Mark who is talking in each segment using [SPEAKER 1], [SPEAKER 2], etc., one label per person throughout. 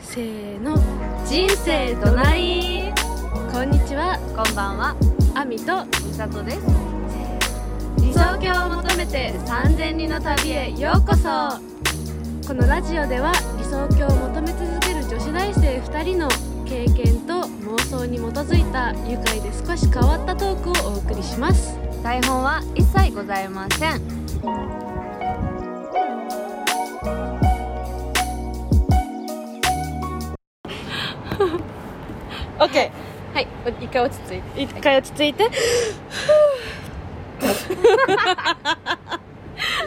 [SPEAKER 1] せーの
[SPEAKER 2] 人生どない
[SPEAKER 1] こんにちは
[SPEAKER 2] こんばんは
[SPEAKER 1] あみと
[SPEAKER 2] みさとです理想郷を求めて3000人の旅へようこそ
[SPEAKER 1] このラジオでは理想郷を求め続ける女子大生2人の経験と妄想に基づいた愉快で少し変わったトークをお送りします
[SPEAKER 2] 台本は一切ございません
[SPEAKER 1] オッケ
[SPEAKER 2] はい一回落ち着いて
[SPEAKER 1] ー一回落ち着いて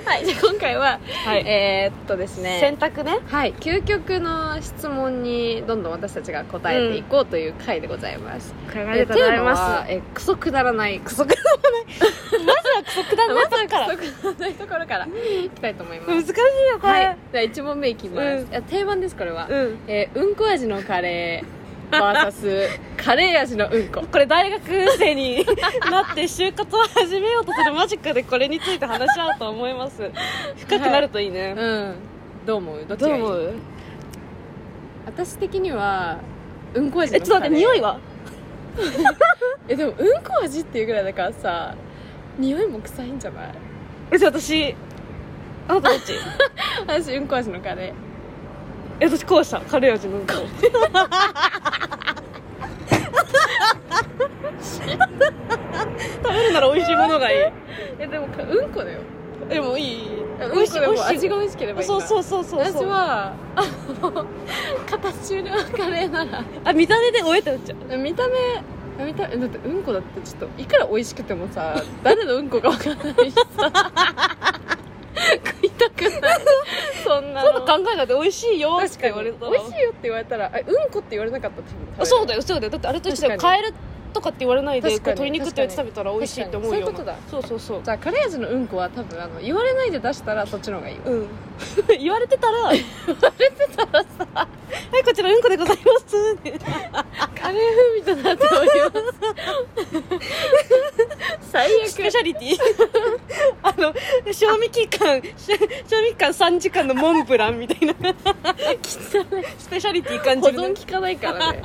[SPEAKER 2] はいじゃあ今回は、
[SPEAKER 1] はい
[SPEAKER 2] えーっとですね
[SPEAKER 1] 選択ね
[SPEAKER 2] はい究極の質問にどんどん私たちが答えていこうという回でございます、
[SPEAKER 1] 考
[SPEAKER 2] あ
[SPEAKER 1] えてございま
[SPEAKER 2] えクソくだらないクソく
[SPEAKER 1] すく だらないとこから
[SPEAKER 2] クソくだらないところからいきたいと思いま
[SPEAKER 1] 難
[SPEAKER 2] す
[SPEAKER 1] しいよこ
[SPEAKER 2] は
[SPEAKER 1] れ
[SPEAKER 2] い、じゃあ1問目いきます、
[SPEAKER 1] うん
[SPEAKER 2] いや定番ですこれは、
[SPEAKER 1] うん
[SPEAKER 2] えーうんこ味のカレー VS カレー味のうんこ
[SPEAKER 1] これ大学生に なって就活を始めようとするマジックでこれについて話し合うと思います深くなるといいね、
[SPEAKER 2] うんどう思うどっち
[SPEAKER 1] どう
[SPEAKER 2] がいい
[SPEAKER 1] 思う
[SPEAKER 2] 私的にはうんこ味の
[SPEAKER 1] えちょっと待って匂いは
[SPEAKER 2] えでもうんこ味っていうぐらいだからさ匂いも臭いんじゃない
[SPEAKER 1] え私あなたどっち
[SPEAKER 2] 私うんこ味のカレー
[SPEAKER 1] え私こうしたカレー味のうんこ 食べるなら美味しいものがいい
[SPEAKER 2] えでもかうんこだよ
[SPEAKER 1] でもいい
[SPEAKER 2] うんこでも味
[SPEAKER 1] が
[SPEAKER 2] が美味しければいい
[SPEAKER 1] そ
[SPEAKER 2] な
[SPEAKER 1] うそうそうそう
[SPEAKER 2] 私はあの形のカレーなら
[SPEAKER 1] あ見た目で終えたんちゃう
[SPEAKER 2] 見た目見た目だってうんこだってちょっといくら美味しくてもさ誰のうんこかわからないし さ食いたくないそんな
[SPEAKER 1] 今度
[SPEAKER 2] の
[SPEAKER 1] 考えたって美味しいよって
[SPEAKER 2] 確か
[SPEAKER 1] 言われ
[SPEAKER 2] に
[SPEAKER 1] た
[SPEAKER 2] 美味しいよって言われたらあうんこって言われなかったら多分食べ
[SPEAKER 1] あ
[SPEAKER 2] る
[SPEAKER 1] そうだよそうだよだってあれと一緒だよ
[SPEAKER 2] 確か
[SPEAKER 1] カエ
[SPEAKER 2] に
[SPEAKER 1] ルとかって言われないでこれ
[SPEAKER 2] 確か
[SPEAKER 1] 鶏
[SPEAKER 2] に
[SPEAKER 1] 肉ってやつ食べたら美味しいって思うよ
[SPEAKER 2] 確かに
[SPEAKER 1] そうそうそう
[SPEAKER 2] じゃあカレー味のうんこは多分あの言われないで出したらそっちの方がいいよ
[SPEAKER 1] うん 言われてたら言われてたらさ「はいこちらうんこでございます」って
[SPEAKER 2] カレー風味となっております最
[SPEAKER 1] スペシャリティあの賞味期間し賞味期間3時間のモンブランみたいなスペシャリティ感
[SPEAKER 2] 保
[SPEAKER 1] じるね
[SPEAKER 2] 存効かないから ね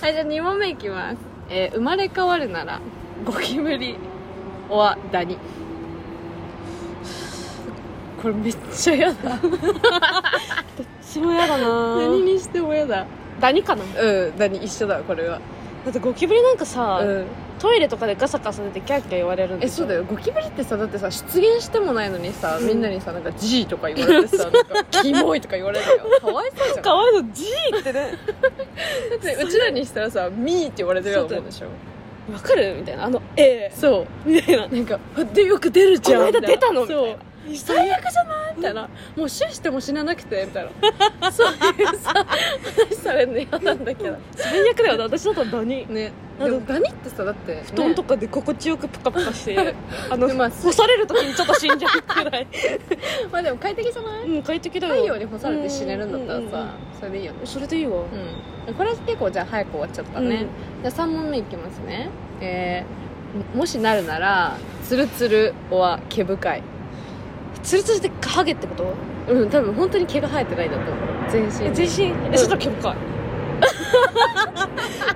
[SPEAKER 2] はいじゃあ2問目いきます、えー生まれ変わるならゴキブリおわダニこれめっちゃ嫌だ
[SPEAKER 1] それも嫌だな
[SPEAKER 2] 何にしても嫌だ
[SPEAKER 1] ダニかな
[SPEAKER 2] うんダニ一緒だこれは
[SPEAKER 1] だってゴキブリなんかさ、
[SPEAKER 2] うん
[SPEAKER 1] トイレとかでガサガサ出てキャーキャー言われるんで
[SPEAKER 2] え
[SPEAKER 1] し
[SPEAKER 2] そ
[SPEAKER 1] ょ
[SPEAKER 2] うだよゴキブリってさだってさ出現してもないのにさ、
[SPEAKER 1] うん
[SPEAKER 2] みんなにさなんか「G」とか言われ てさなんか「キモい」とか言われるよかわいそうじ ゃん
[SPEAKER 1] かわいそうジーってね
[SPEAKER 2] だってうちらにしたらさ「ミー」って言われてるようなもんでしょ
[SPEAKER 1] わかるみたいなあの「ええ
[SPEAKER 2] そう
[SPEAKER 1] みたいな
[SPEAKER 2] なんかでよく出るじゃん
[SPEAKER 1] この間
[SPEAKER 2] みいな
[SPEAKER 1] 出たのみたいな
[SPEAKER 2] そう最悪じゃないみたいなもうシュしても死ななくてみたいなそういうさ話されるの嫌なんだけど
[SPEAKER 1] 最悪だよな私だったらダニ
[SPEAKER 2] ね
[SPEAKER 1] なん
[SPEAKER 2] で
[SPEAKER 1] か
[SPEAKER 2] もダニってさだって
[SPEAKER 1] 布団と
[SPEAKER 2] か
[SPEAKER 1] かで心地よくプカプカして、 あの、
[SPEAKER 2] でまあ
[SPEAKER 1] 干される時にちょっと死んじゃうく らい
[SPEAKER 2] まあでも快適じゃない
[SPEAKER 1] うん快適だよ
[SPEAKER 2] 太陽に干されて死ねるんだったら
[SPEAKER 1] うんうん
[SPEAKER 2] さそれでいいよね
[SPEAKER 1] うんそれでいいわ、
[SPEAKER 2] うんこれは結構じゃあ早く終わっちゃったね、じゃあ3問目いきますねえー、もしなるならツルツルは毛深い
[SPEAKER 1] ツルツルでハゲってこと
[SPEAKER 2] うん多分本当に毛が生えてないんだと思う全身
[SPEAKER 1] 全身えそしたら毛 深い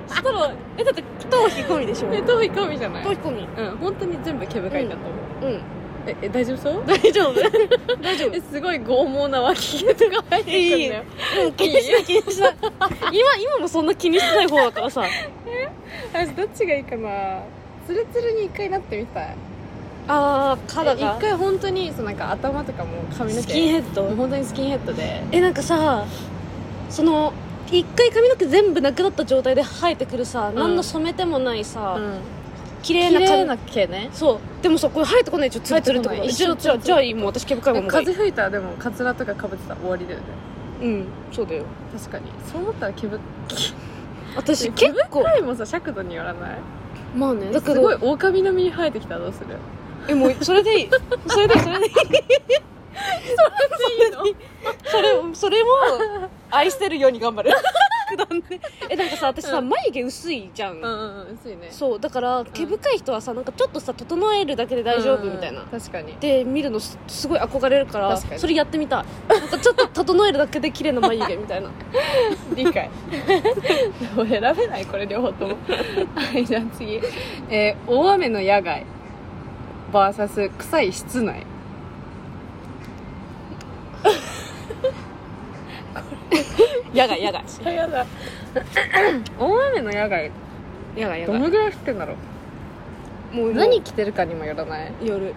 [SPEAKER 1] そしたらえだって頭皮込みでしょ
[SPEAKER 2] え頭皮込みじゃない
[SPEAKER 1] 頭皮込み
[SPEAKER 2] うん本当に全部毛深いんだと思う、
[SPEAKER 1] うん
[SPEAKER 2] ええ大丈夫そう
[SPEAKER 1] 大丈夫 大丈夫
[SPEAKER 2] えすごい剛毛な脇毛とか生えてくんだよ
[SPEAKER 1] うん気にしない気にしない 今今もそんな気にしてない方だからさ
[SPEAKER 2] 私どっちがいいかなツルツルに一回なってみたい
[SPEAKER 1] あー
[SPEAKER 2] え
[SPEAKER 1] 肌が
[SPEAKER 2] 一回本当にそのなんか頭とかも髪の毛
[SPEAKER 1] スキンヘ
[SPEAKER 2] ッ
[SPEAKER 1] ッド
[SPEAKER 2] もう本当にスキンヘッドで
[SPEAKER 1] えなんかさその一回髪の毛全部なくなった状態で生えてくるさ、
[SPEAKER 2] ん
[SPEAKER 1] 何の染めてもないさ、
[SPEAKER 2] うん
[SPEAKER 1] 綺麗
[SPEAKER 2] 綺
[SPEAKER 1] な
[SPEAKER 2] 麗
[SPEAKER 1] 髪
[SPEAKER 2] な毛ね
[SPEAKER 1] そうでもさこれ生えてこないでしょツルツルってこ
[SPEAKER 2] 生
[SPEAKER 1] と
[SPEAKER 2] えてこない
[SPEAKER 1] じゃあじゃあじゃあいいもう私毛深いもんもういい
[SPEAKER 2] 風吹いたらでもカツラとかかぶってたら終わりだよね
[SPEAKER 1] うんそうだよ
[SPEAKER 2] 確かにそう思ったら毛深
[SPEAKER 1] 私
[SPEAKER 2] 毛
[SPEAKER 1] 結構
[SPEAKER 2] いもさ尺度によらない
[SPEAKER 1] まあねだけ
[SPEAKER 2] すごい
[SPEAKER 1] ど
[SPEAKER 2] 狼並みに生えてきたらどうする
[SPEAKER 1] えもうそれでいいそれでいいそれでいいそ れでいいそれそれも愛してるように頑張るくだんねえなんかさ私さ、
[SPEAKER 2] うん
[SPEAKER 1] 眉毛薄いじゃん、
[SPEAKER 2] うんうんうん薄いね
[SPEAKER 1] そうだから毛深い人はさなんかちょっとさ整えるだけで大丈
[SPEAKER 2] うん
[SPEAKER 1] 夫
[SPEAKER 2] うん
[SPEAKER 1] みたいな、
[SPEAKER 2] 確かに
[SPEAKER 1] で見るのすすごい憧れるから
[SPEAKER 2] 確かに
[SPEAKER 1] それやってみたいなんかちょっと整えるだけで綺麗な眉毛みたい な
[SPEAKER 2] 理解でも選べないこれ両方ともはいじゃあ次、えー大雨の野外 VS 臭い室内
[SPEAKER 1] 野外野外
[SPEAKER 2] やだ 大雨の野外
[SPEAKER 1] 野外野
[SPEAKER 2] どの
[SPEAKER 1] 外
[SPEAKER 2] ぐらい降ってんだろ
[SPEAKER 1] も
[SPEAKER 2] う
[SPEAKER 1] う
[SPEAKER 2] 何着てるかにもよらない
[SPEAKER 1] 夜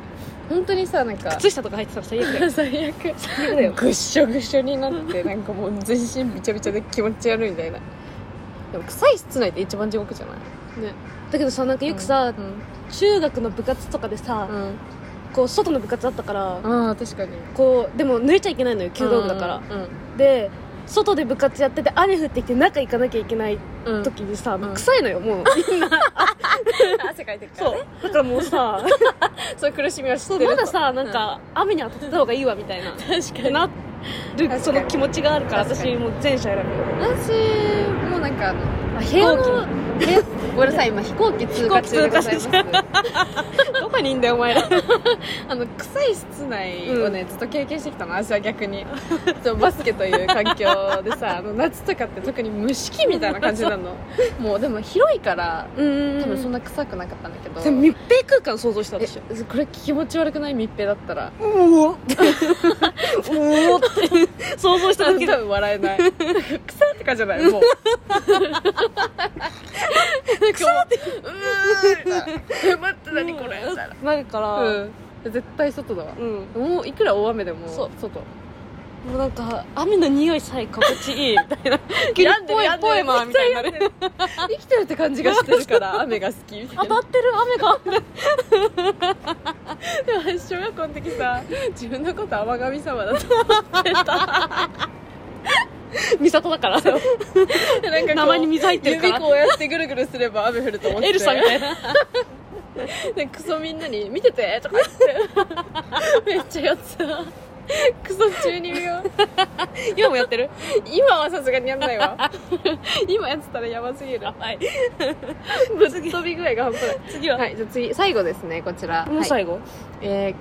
[SPEAKER 2] 本当にさなんか
[SPEAKER 1] 靴下とか入ってたら最悪だよ
[SPEAKER 2] 最悪
[SPEAKER 1] 最悪だよ
[SPEAKER 2] ぐっしょぐっしょになってなんかもう全身びちゃびちゃで気持ち悪いみたいなでも臭い室内って一番地獄じゃない
[SPEAKER 1] ねだけどさなんかよくさ、
[SPEAKER 2] うん
[SPEAKER 1] 中学の部活とかでさ、
[SPEAKER 2] うん
[SPEAKER 1] こう外の部活だったから、
[SPEAKER 2] ああ確かに
[SPEAKER 1] こうでも濡れちゃいけないのよ弓道部だから、で外で部活やってて雨降ってきて中行かなきゃいけない
[SPEAKER 2] うん、うん、
[SPEAKER 1] 時にさ、もううん臭いのよもう
[SPEAKER 2] 汗かいてるか
[SPEAKER 1] そうだからもうさ
[SPEAKER 2] そういう苦しみは知
[SPEAKER 1] そうまださなんか、雨に当たってた方がいいわみたいな
[SPEAKER 2] 確
[SPEAKER 1] な
[SPEAKER 2] か
[SPEAKER 1] る
[SPEAKER 2] に
[SPEAKER 1] その気持ちがあるから
[SPEAKER 2] 確か
[SPEAKER 1] 私
[SPEAKER 2] に
[SPEAKER 1] もう前者選ぶよ
[SPEAKER 2] 私もなんかあの
[SPEAKER 1] あ
[SPEAKER 2] 部屋の部屋ごめんなさい今飛行機通過中でございます
[SPEAKER 1] 飛行どこにいんだよお前ら
[SPEAKER 2] あの臭い室内をね、ずっと経験してきた の私は逆にそうバスケという環境で さあの夏とかって特に蒸し器みたいな感じなのもうでも広いから
[SPEAKER 1] うん
[SPEAKER 2] 多分そん
[SPEAKER 1] な
[SPEAKER 2] な臭くなかったんだけど、
[SPEAKER 1] 密閉空間想像したでしょ
[SPEAKER 2] えこれ気持ち悪くない密閉だったら
[SPEAKER 1] うおうおって想像した
[SPEAKER 2] 多
[SPEAKER 1] だけで
[SPEAKER 2] 分笑え ない臭いって感じじゃないもう 臭ってう ーん待って何これみたいな
[SPEAKER 1] なるから
[SPEAKER 2] うん絶対外だわ
[SPEAKER 1] うん、
[SPEAKER 2] もういくら大雨でも
[SPEAKER 1] そう
[SPEAKER 2] 外
[SPEAKER 1] もうなんか雨の匂いさえ心地いいみたい な
[SPEAKER 2] 病んで
[SPEAKER 1] ポ
[SPEAKER 2] る
[SPEAKER 1] エ
[SPEAKER 2] 病んでる
[SPEAKER 1] ポエマーみたいになる
[SPEAKER 2] 生きてるって感じがしてるから雨が好 きみた
[SPEAKER 1] 当
[SPEAKER 2] い
[SPEAKER 1] た
[SPEAKER 2] な
[SPEAKER 1] ってる雨が
[SPEAKER 2] でも小学校の時さ自分のこと天神様だと思ってた
[SPEAKER 1] 美里だから
[SPEAKER 2] でなんこう
[SPEAKER 1] 生に水入ってるから
[SPEAKER 2] 指こうやってぐるぐるすれば雨降ると思って
[SPEAKER 1] エルさんみたいな
[SPEAKER 2] でクソみんなに「見てて」とか言 ってめっちゃやってたクソ中二病
[SPEAKER 1] 今もやってる
[SPEAKER 2] 今はさすがにやんな いわ今やってたらやばすぎる
[SPEAKER 1] はい
[SPEAKER 2] ぶっ飛び具合が半端ない
[SPEAKER 1] 次は、
[SPEAKER 2] はいじゃあ次最後ですねこちら
[SPEAKER 1] もう
[SPEAKER 2] はい
[SPEAKER 1] 最後、
[SPEAKER 2] えー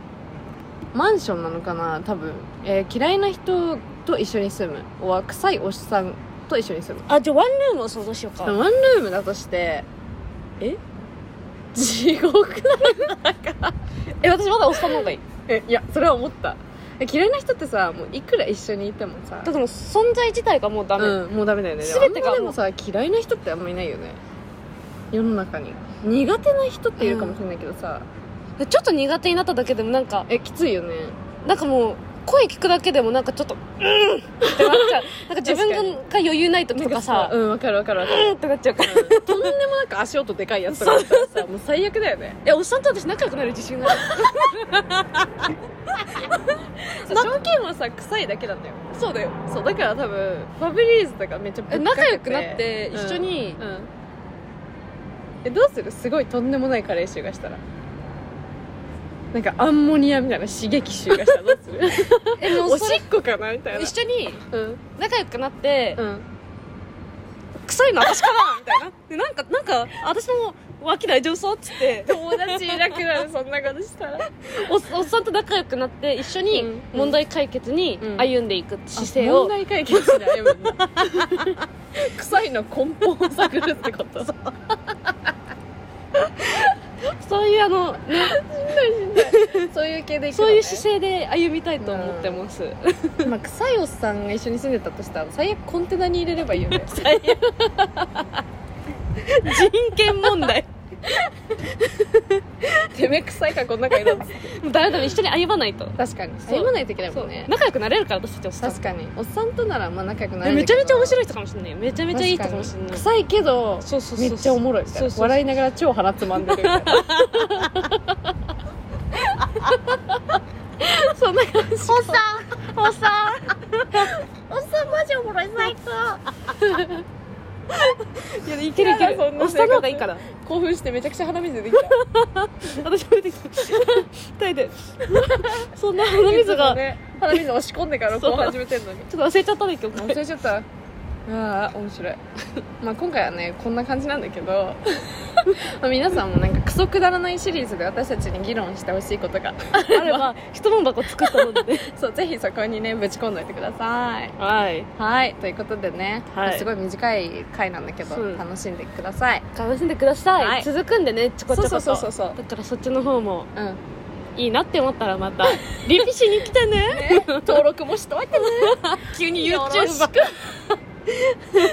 [SPEAKER 2] マンションなのかな多分、えー嫌いな人と一緒に住むおは臭いおっさんと一緒に住む
[SPEAKER 1] あじゃあワンルームを想像しようか
[SPEAKER 2] ワンルームだとしてえ地獄
[SPEAKER 1] え私まだおっさんの方がいい
[SPEAKER 2] えいやそれは思ったえ嫌いな人ってさもういくら一緒にいてもさ
[SPEAKER 1] だってもう存在自体がもうダメ、
[SPEAKER 2] うん、もうダメだよね
[SPEAKER 1] 全てが
[SPEAKER 2] あんまでもさ嫌いな人ってあんまいないよね世の中に苦手な人っているかもしれないけどさ、
[SPEAKER 1] でちょっと苦手になっただけでもなんか
[SPEAKER 2] えきついよね
[SPEAKER 1] なんかもう声聞くだけでもなんかちょっとうん ってなっちゃうなんか自分が
[SPEAKER 2] 確
[SPEAKER 1] が余裕ない時とかさ
[SPEAKER 2] うんわかるわかる わかる、
[SPEAKER 1] うんってなっちゃうから
[SPEAKER 2] とんでもなく足音でかいやつとか だったらさもう最悪だよね
[SPEAKER 1] えおっさんと私仲良くなる自信がある
[SPEAKER 2] さ条件はさ臭いだけなんだよ
[SPEAKER 1] そうだよ
[SPEAKER 2] そうだから多分ファブリーズとかめっちゃぶっかけて
[SPEAKER 1] 仲良くなって一緒に
[SPEAKER 2] うん、うんえどうするすごいとんでもない加齢臭がしたらなんかアンモニアみたいな刺激臭がした らどうする
[SPEAKER 1] えもう
[SPEAKER 2] お
[SPEAKER 1] そ
[SPEAKER 2] し
[SPEAKER 1] れ
[SPEAKER 2] っこかなみたいな
[SPEAKER 1] 一緒に
[SPEAKER 2] うん
[SPEAKER 1] 仲良くなって、
[SPEAKER 2] うん
[SPEAKER 1] 臭いの私かなみたいなでなんかなんか私の脇大丈夫そうっつって
[SPEAKER 2] 友達いなくなるそんなことしたら
[SPEAKER 1] おっおっさんと仲良くなって一緒
[SPEAKER 2] う
[SPEAKER 1] に
[SPEAKER 2] ん
[SPEAKER 1] 問題解決に
[SPEAKER 2] うん
[SPEAKER 1] 歩んでいく姿勢を、
[SPEAKER 2] 問題解決だよ臭いの根本を探るって ことしん
[SPEAKER 1] そういうあの
[SPEAKER 2] どいしんどいそういう系でいく
[SPEAKER 1] そ
[SPEAKER 2] のね
[SPEAKER 1] ういう姿勢で歩みたいと思ってます、
[SPEAKER 2] まあ、臭いおっさんが一緒に住んでたとしたら最悪コンテナに入れればいいよ ね
[SPEAKER 1] 最悪人権問題
[SPEAKER 2] てめえ臭いからこんな中いろっつって
[SPEAKER 1] もうダメダメ一緒に歩まないと
[SPEAKER 2] 確かに
[SPEAKER 1] そう
[SPEAKER 2] 歩まないといけないもんね
[SPEAKER 1] そう仲良くなれるから私たちおっさん
[SPEAKER 2] 確かにおっさんとならまあ仲良くな
[SPEAKER 1] で
[SPEAKER 2] れる
[SPEAKER 1] めちゃめちゃ面
[SPEAKER 2] い
[SPEAKER 1] 白い人かもしれないよめちゃめちゃいい人かもしれない
[SPEAKER 2] 臭いけど
[SPEAKER 1] そうそうそう
[SPEAKER 2] めっちゃおもろいみたい
[SPEAKER 1] そう
[SPEAKER 2] な
[SPEAKER 1] そうそう
[SPEAKER 2] 笑いながら超鼻つまんでるみたいなそんな感じ
[SPEAKER 1] おっさんおっさ
[SPEAKER 2] おっさんマジおもろい最高
[SPEAKER 1] んいやいけるいけ
[SPEAKER 2] やだそん
[SPEAKER 1] る
[SPEAKER 2] な
[SPEAKER 1] おっさんの方がいいから
[SPEAKER 2] 興奮してめちゃくちゃ鼻水出てきた
[SPEAKER 1] 私これ できる二 人でそんな鼻水
[SPEAKER 2] いつも
[SPEAKER 1] が、
[SPEAKER 2] ね鼻水押し込んでからこう始めてんのに
[SPEAKER 1] ちょっと忘れちゃったんだけど
[SPEAKER 2] 忘れちゃったうわあ面白いまあ今回はねこんな感じなんだけ どまあ皆さんもなんかクソくだらないシリーズで私たちに議論してほしいこと が
[SPEAKER 1] あれば質問箱作ったのでね
[SPEAKER 2] そうぜひそこにねぶち込んどいてください
[SPEAKER 1] はい
[SPEAKER 2] はいということでね、
[SPEAKER 1] はい
[SPEAKER 2] すごい短い回なんだけ
[SPEAKER 1] そう
[SPEAKER 2] ど楽しんでください
[SPEAKER 1] 楽しんでください、
[SPEAKER 2] はい
[SPEAKER 1] 続くんでねちょこちょ
[SPEAKER 2] そう
[SPEAKER 1] こ
[SPEAKER 2] そ
[SPEAKER 1] と
[SPEAKER 2] うそうそうそう
[SPEAKER 1] だからそっちの方も
[SPEAKER 2] うん
[SPEAKER 1] いいなって思ったら またリピしに来てね
[SPEAKER 2] ね、登録もしといてね急に
[SPEAKER 1] よ
[SPEAKER 2] YouTube
[SPEAKER 1] ろし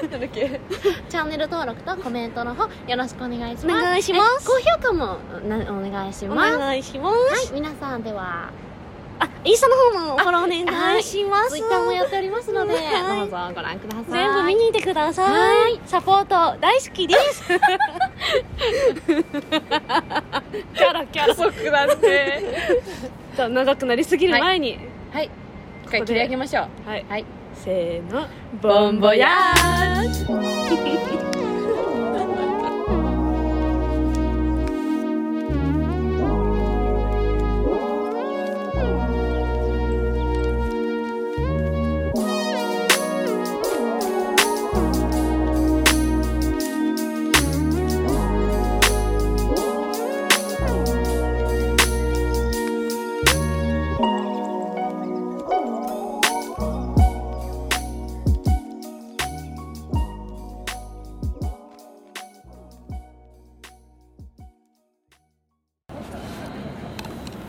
[SPEAKER 2] なんだっけ
[SPEAKER 3] チャンネル登録とコメントの方よろしくお願いします
[SPEAKER 1] お願いします
[SPEAKER 3] え高評価もなお願いし
[SPEAKER 1] お
[SPEAKER 3] ますは
[SPEAKER 1] 願いします
[SPEAKER 3] い皆さんでは
[SPEAKER 1] あインスタの方もフォローお願いします
[SPEAKER 3] ツイッターもやっておりますので
[SPEAKER 1] はい
[SPEAKER 3] どうぞご覧ください
[SPEAKER 1] 全部見に行ってください
[SPEAKER 3] はい
[SPEAKER 1] サポート大好きですキャラ キャラ
[SPEAKER 2] 遅くなって
[SPEAKER 1] じゃあ長くなりすぎる前に
[SPEAKER 2] はい一回切り上げましょう
[SPEAKER 1] はい、
[SPEAKER 2] はい
[SPEAKER 1] せーの
[SPEAKER 2] ボンボヤ
[SPEAKER 1] ー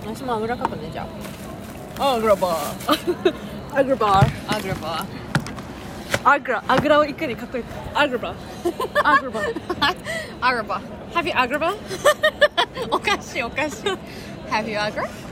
[SPEAKER 2] 私も油かくねじゃあアグラバー アグラバーアグラバーアグラアグラをいかにかっこいいアグラバーアグラバー アグラバー Have you アグラバーおかしいおかしい Have you アグラ